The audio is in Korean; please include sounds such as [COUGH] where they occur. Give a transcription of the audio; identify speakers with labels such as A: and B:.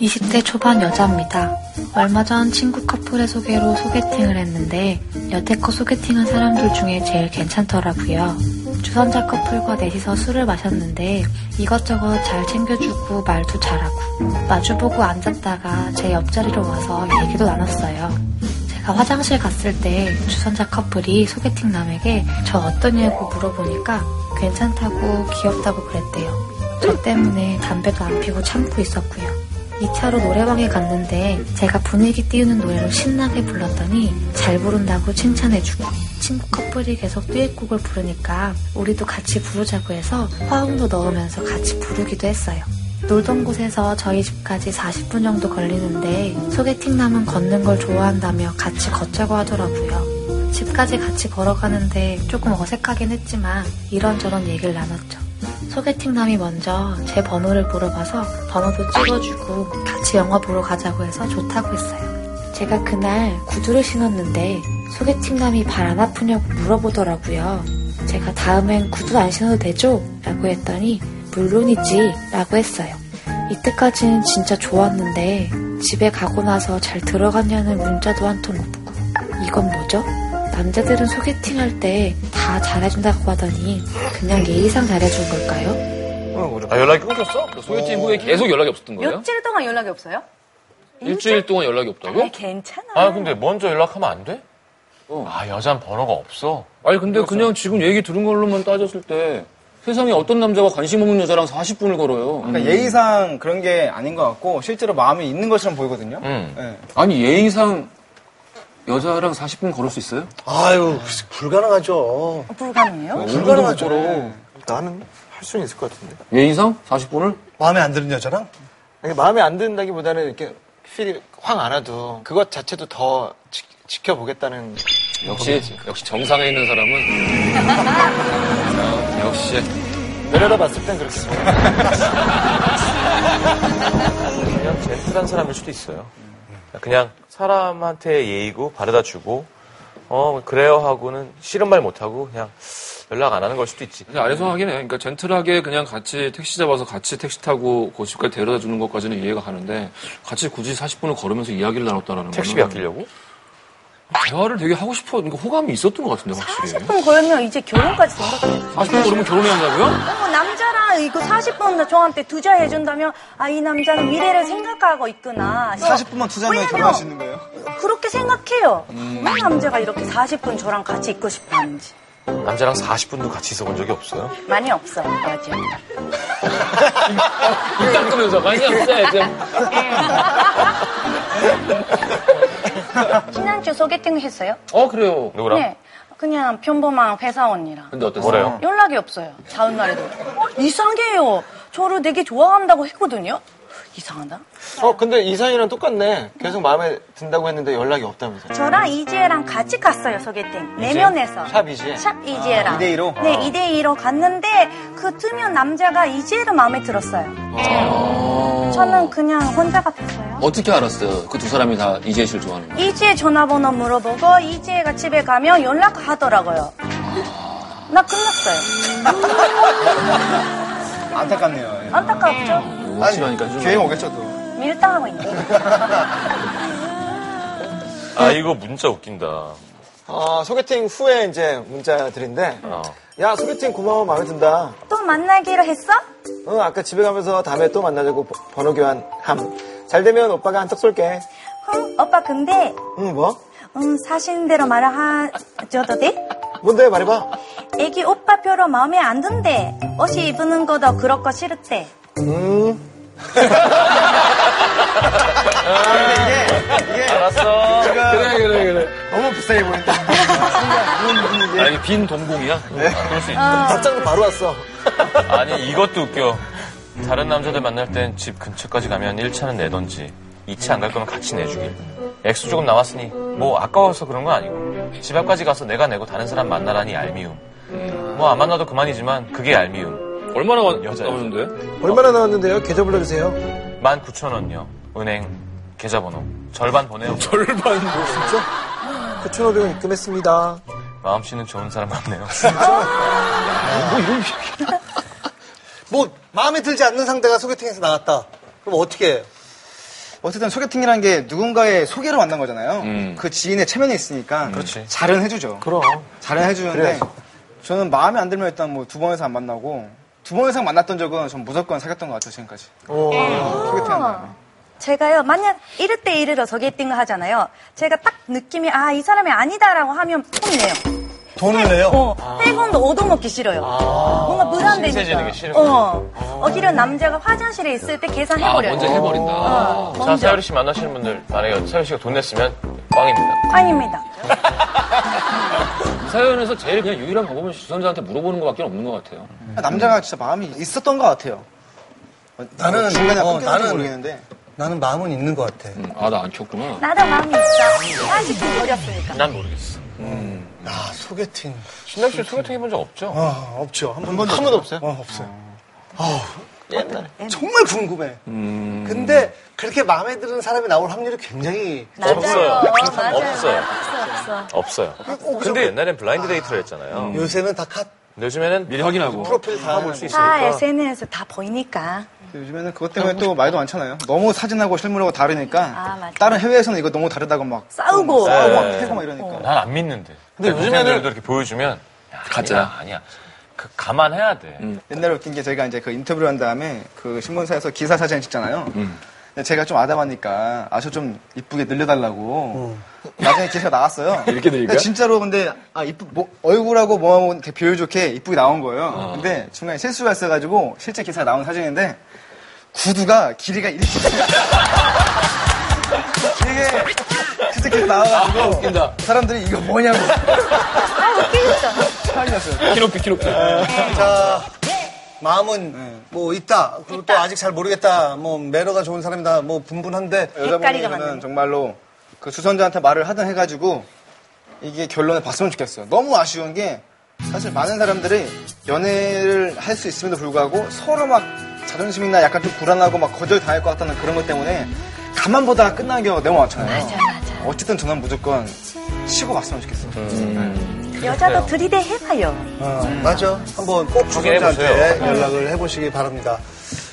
A: 20대 초반 여자입니다. 얼마 전 친구 커플의 소개로 소개팅을 했는데 여태껏 소개팅한 사람들 중에 제일 괜찮더라고요. 주선자 커플과 넷이서 술을 마셨는데 이것저것 잘 챙겨주고 말도 잘하고 마주보고 앉았다가 제 옆자리로 와서 얘기도 나눴어요. 제가 화장실 갔을 때 주선자 커플이 소개팅 남에게 저 어떠냐고 물어보니까 괜찮다고 귀엽다고 그랬대요. 저 때문에 담배도 안 피고 참고 있었고요. 2차로 노래방에 갔는데 제가 분위기 띄우는 노래로 신나게 불렀더니 잘 부른다고 칭찬해주고 친구 커플이 계속 듀엣곡을 부르니까 우리도 같이 부르자고 해서 화음도 넣으면서 같이 부르기도 했어요. 놀던 곳에서 저희 집까지 40분 정도 걸리는데 소개팅 남은 걷는 걸 좋아한다며 같이 걷자고 하더라고요. 집까지 같이 걸어가는데 조금 어색하긴 했지만 이런저런 얘기를 나눴죠. 소개팅 남이 먼저 제 번호를 물어봐서 번호도 찍어주고 같이 영화 보러 가자고 해서 좋다고 했어요. 제가 그날 구두를 신었는데 소개팅 남이 발 안 아프냐고 물어보더라고요. 제가 다음엔 구두 안 신어도 되죠? 라고 했더니 물론이지 라고 했어요. 이때까지는 진짜 좋았는데 집에 가고 나서 잘 들어갔냐는 문자도 한 통 없고 이건 뭐죠? 남자들은 소개팅할 때 다 잘해준다고 하더니 그냥 예의상 잘해준 걸까요?
B: 아 연락이 끊겼어?
C: 소개팅 후에 계속 연락이 없었던 거예요?
D: 며칠 동안 연락이 없어요?
C: 일주일 동안 연락이
D: 아니,
C: 없다고?
D: 괜찮아.
B: 아 근데 먼저 연락하면 안 돼? 아 여잔 번호가 없어?
C: 어. 아니 근데 그냥 지금 얘기 들은 걸로만 따졌을 때 세상에 어떤 남자가 관심 없는 여자랑 40분을 걸어요. 음.
E: 그러니까 예의상 그런 게 아닌 것 같고 실제로 마음이 있는 것처럼 보이거든요.
B: 응.
E: 예.
C: 음. 아니 예의상 여자랑 40분 걸을 수 있어요?
F: 아유, 불가능하죠.
E: 어, 그
D: 불가능해요?
F: 불가능하죠.
G: 나는 할 수는 있을 것 같은데.
C: 예. 예의상 40분을?
F: 마음에 안 드는 여자랑?
G: 이게 마음에 안 든다기보다는 이렇게 필이 확 안 와도 그것 자체도 더 지, 켜보겠다는
C: 역시 역시 정상에
B: [LAUGHS]
C: 있는 사람은 아, 역시
G: 내려다 봤을 땐 그렇게 보여.
B: 그냥 젠틀한 사람일 수도 있어요. 그냥 사람한테 예의고 바르다 주고 어 그래요 하고는 싫은 말 못 하고 그냥 연락 안 하는 걸 수도 있지.
C: 근데 아리송하긴 해요. 그러니까 젠틀하게 그냥 같이 택시 잡아서 같이 택시 타고 그 집까지 데려다 주는 것까지는 이해가 가는데 같이 굳이 40분을 걸으면서 이야기를 나눴다라는
B: 택시비
C: 거는
B: 아끼려고?
C: 대화를 되게 하고 싶어 그러니까 호감이 있었던 것 같은데 확실히
D: 40분 걸면 이제 결혼까지 된거요
C: 40분 걸으면 결혼해야 한다고요?
D: 어, 남자랑 이거 40분 저한테 투자해준다면 아 이 남자는 미래를 생각하고 있구나.
E: 40분만 투자하면
D: 왜냐면
E: 결혼할 수 있는 거예요?
D: 그렇게 생각해요. 왜 남자가 이렇게 40분 저랑 같이 있고 싶어하는지
B: 남자랑 40분도 같이 있어본 적이 없어요.
D: 많이 없어요. 맞아.
C: 입장 끄면서 많이 없어요 지금
D: 지난주 소개팅 했어요?
C: 어 그래요
B: 누구랑?
D: 네. 그냥 평범한 회사 언니랑.
C: 근데 어땠어요?
B: 뭐래요?
D: 연락이 없어요. 다음 날에도. 이상해요. 저를 되게 좋아한다고 했거든요. 이상하다.
G: 어, 근데 이상이랑 똑같네. 계속 마음에 든다고 했는데 연락이 없다면서.
D: 저랑 이지혜랑 같이 갔어요, 소개팅. 내면에서.
G: 샵 이지혜?
D: 샵 이지혜랑.
E: 아, 2대 1로?
D: 네, 2대2로 갔는데 그 투명 남자가 이지혜를 마음에 들었어요.
C: 어.
D: 저는 그냥 혼자 갔어요.
C: 어떻게 알았어요? 그 두 사람이 다 이재희 씨를 좋아하는 거.
D: 이지혜 전화번호 물어보고 이지혜가 집에 가면 연락하더라고요. [GASPS] 나 끝났어요.
E: 안타깝네요. 예.
D: 안타깝죠?
E: 아니,
C: 싫어하니까 좀.
E: 기회 오겠죠 또.
D: 밀당하고 있네.
B: 아 이거 문자 웃긴다.
G: 어, 소개팅 후에 이제 문자들인데.
B: 아.
G: 야, 소개팅 고마워. 마음에 든다.
D: 또 만나기로 했어?
G: 어, 아까 집에 가면서 다음에 또 만나자고 버- 번호 교환 함. 잘 되면 오빠가 한턱 쏠게.
D: 응, 오빠 근데
G: 응, 뭐?
D: 음, 사실대로 말하셔도 돼?
G: 뭔데? 말해봐.
D: 애기 오빠 별로 마음에 안 든대. 옷 입는 것도 그렇고 싫대.
G: 음.
B: 알았어.
C: 그래
B: 네,
C: 그래 그래.
E: 너무 비싸해 보인다.
B: 아니 빈 동공이야? 그럴 수 있어.
G: 답장도 바로 왔어.
B: 아니 이것도 웃겨. 다른 남자들 만날 땐 집 근처까지 가면 1차는 내던지 2차 안 갈 거면 같이 내주길. 액수 조금 남았으니 뭐 아까워서 그런 건 아니고 집 앞까지 가서 내가 내고 다른 사람 만나라니 얄미움. 뭐 안 만나도 그만이지만 그게 얄미움.
C: 얼마나 와-
B: 여자야.
C: 나오는데?
F: 얼마나 나왔는데요? 계좌 불러주세요.
B: 19,000원요. 은행 계좌번호 절반 보내요.
C: 절반.
F: 9,500원 입금했습니다.
B: 마음씨는 좋은 사람 같네요.
F: 뭐, 마음에 들지 않는 상대가 소개팅에서 나왔다. 그럼 어떻게 해요?
E: 어쨌든 소개팅이란 게 누군가의 소개로 만난 거잖아요.
C: 음.
E: 그 지인의 체면이 있으니까
B: 그렇지.
E: 잘은 해주죠.
G: 그럼.
E: 잘은 해주는데
G: 그래야지.
E: 저는 마음에 안 들면 일단 뭐 두 번 이상 안 만나고 두 번 이상 만났던 적은 전 무조건 사귀었던 것 같아요 지금까지.
F: 어,
E: 어, 소개팅 한 다음에.
D: 제가요, 만약 1대 1으로 소개팅을 하잖아요. 제가 딱 느낌이, 아, 이 사람이 아니다라고 하면 폰이네요.
F: 돈을 내요?
D: 어, 세금도 얻어먹기 싫어요. 뭔가 부담되니까.
B: 아. 신세지는 게 싫은
D: 어, 오히려 남자가 화장실에 있을 때
C: 아,
D: 계산해버려요.
C: 먼저 해버린다. 아.
D: 어,
B: 자,
D: 먼저.
B: 사유리 씨 만나시는 분들, 만약에 사유리 씨가 돈 냈으면 꽝입니다.
D: 아닙니다.
C: 이 사연에서 제일 그냥 유일한 방법은 주선자한테 물어보는 것밖에 없는 것 같아요.
E: 남자가 진짜 마음이 있었던 것 같아요. 어,
F: 나는-
E: 중간에
F: 어,
E: 끊겼는지
F: 나는-
E: 모르겠는데
F: 나는 마음은 있는 것 같아.
C: 음, 아, 나 안 켰구나.
D: 나도 마음이 있어. 아직 버렸으니까.
B: 난 모르겠어.
F: 아, 소개팅.
B: 신남 씨 소개팅 해본 적 없죠?
F: 아, 없죠. 한 번도,
G: 한 번도 없어요?
F: 어, 없어요. 아,
G: 옛날에.
F: 정말 궁금해.
C: 음.
F: 근데 그렇게 마음에 드는 사람이 나올 확률이 굉장히
D: 맞아요.
B: 없어요.
D: 맞아요.
B: 없어요.
D: 없어, 없어.
B: 없어요. 근데 옛날엔 블라인드 데이트를 했잖아요.
G: 음.
F: 요새는 다 카,
B: 근데 요즘에는
C: 미리 확인하고.
F: 프로필 다
B: 볼수 있어.
D: 다
B: 있으니까.
D: SNS 다 보이니까.
E: 요즘에는 그것 때문에 또 말도 많잖아요. 너무 사진하고 실물하고 다르니까
D: 아, 맞아.
E: 다른 해외에서는 이거 너무 다르다고 막
D: 싸우고. 어.
E: 싸우고 막
B: 네.
E: 패고 막 이러니까.
B: 난 안 믿는데.
G: 근데
C: 네,
G: 요즘에는-
B: 동생들도 이렇게 보여주면 야,
C: 가짜야.
B: 아니야. 아니야. 그 감안해야 돼.
C: 음.
E: 옛날에 웃긴 게 저희가 이제 그 인터뷰를 한 다음에 그 신문사에서 기사 사진 찍잖아요.
C: 음.
E: 근데 제가 좀 아담하니까 아저 좀 이쁘게 늘려달라고. 나중에 기사가 나왔어요.
C: 어. [LAUGHS] 이렇게 늘릴까요?
E: 근데 진짜로 근데 아 이쁘 뭐, 얼굴하고 뭐하고 되게 비율 좋게 이쁘게 나온 거예요.
C: 어.
E: 근데 중간에 실수가 있어가지고 실제 기사에 나온 사진인데 구두가 길이가 이렇게 [LAUGHS] 이게 진짜 계속 나와가지고
C: 아, 웃긴다.
E: 사람들이 이거 뭐냐고 [LAUGHS]
D: 아, 웃기겠다.
E: 화가 났어요.
C: 키높이, 키높이.
F: 자, 마음은
E: 네.
F: 뭐 있다. 그리고 또
D: 있다.
F: 아직 잘 모르겠다. 뭐 매너가 좋은 사람이다. 뭐 분분한데
E: 여자분이
D: 헷갈리게
E: 저는
D: 만드는.
E: 정말로 그 주선자한테 말을 하든 해가지고 이게 결론을 봤으면 좋겠어요. 너무 아쉬운 게 사실 많은 사람들이 연애를 할 수 있음에도 불구하고 서로 막 자존심이나 약간 좀 불안하고 막 거절당할 것 같다는 그런 것 때문에 가만 보다가 끝나는 경우가 너무 많잖아요. 어쨌든 저는 무조건 치고 봤으면 좋겠어요. 네.
D: 여자도 들이대 해봐요.
F: 어, 맞아. 한번 꼭
B: 확인해보세요.
F: 주선자한테 연락을 해보시기 바랍니다.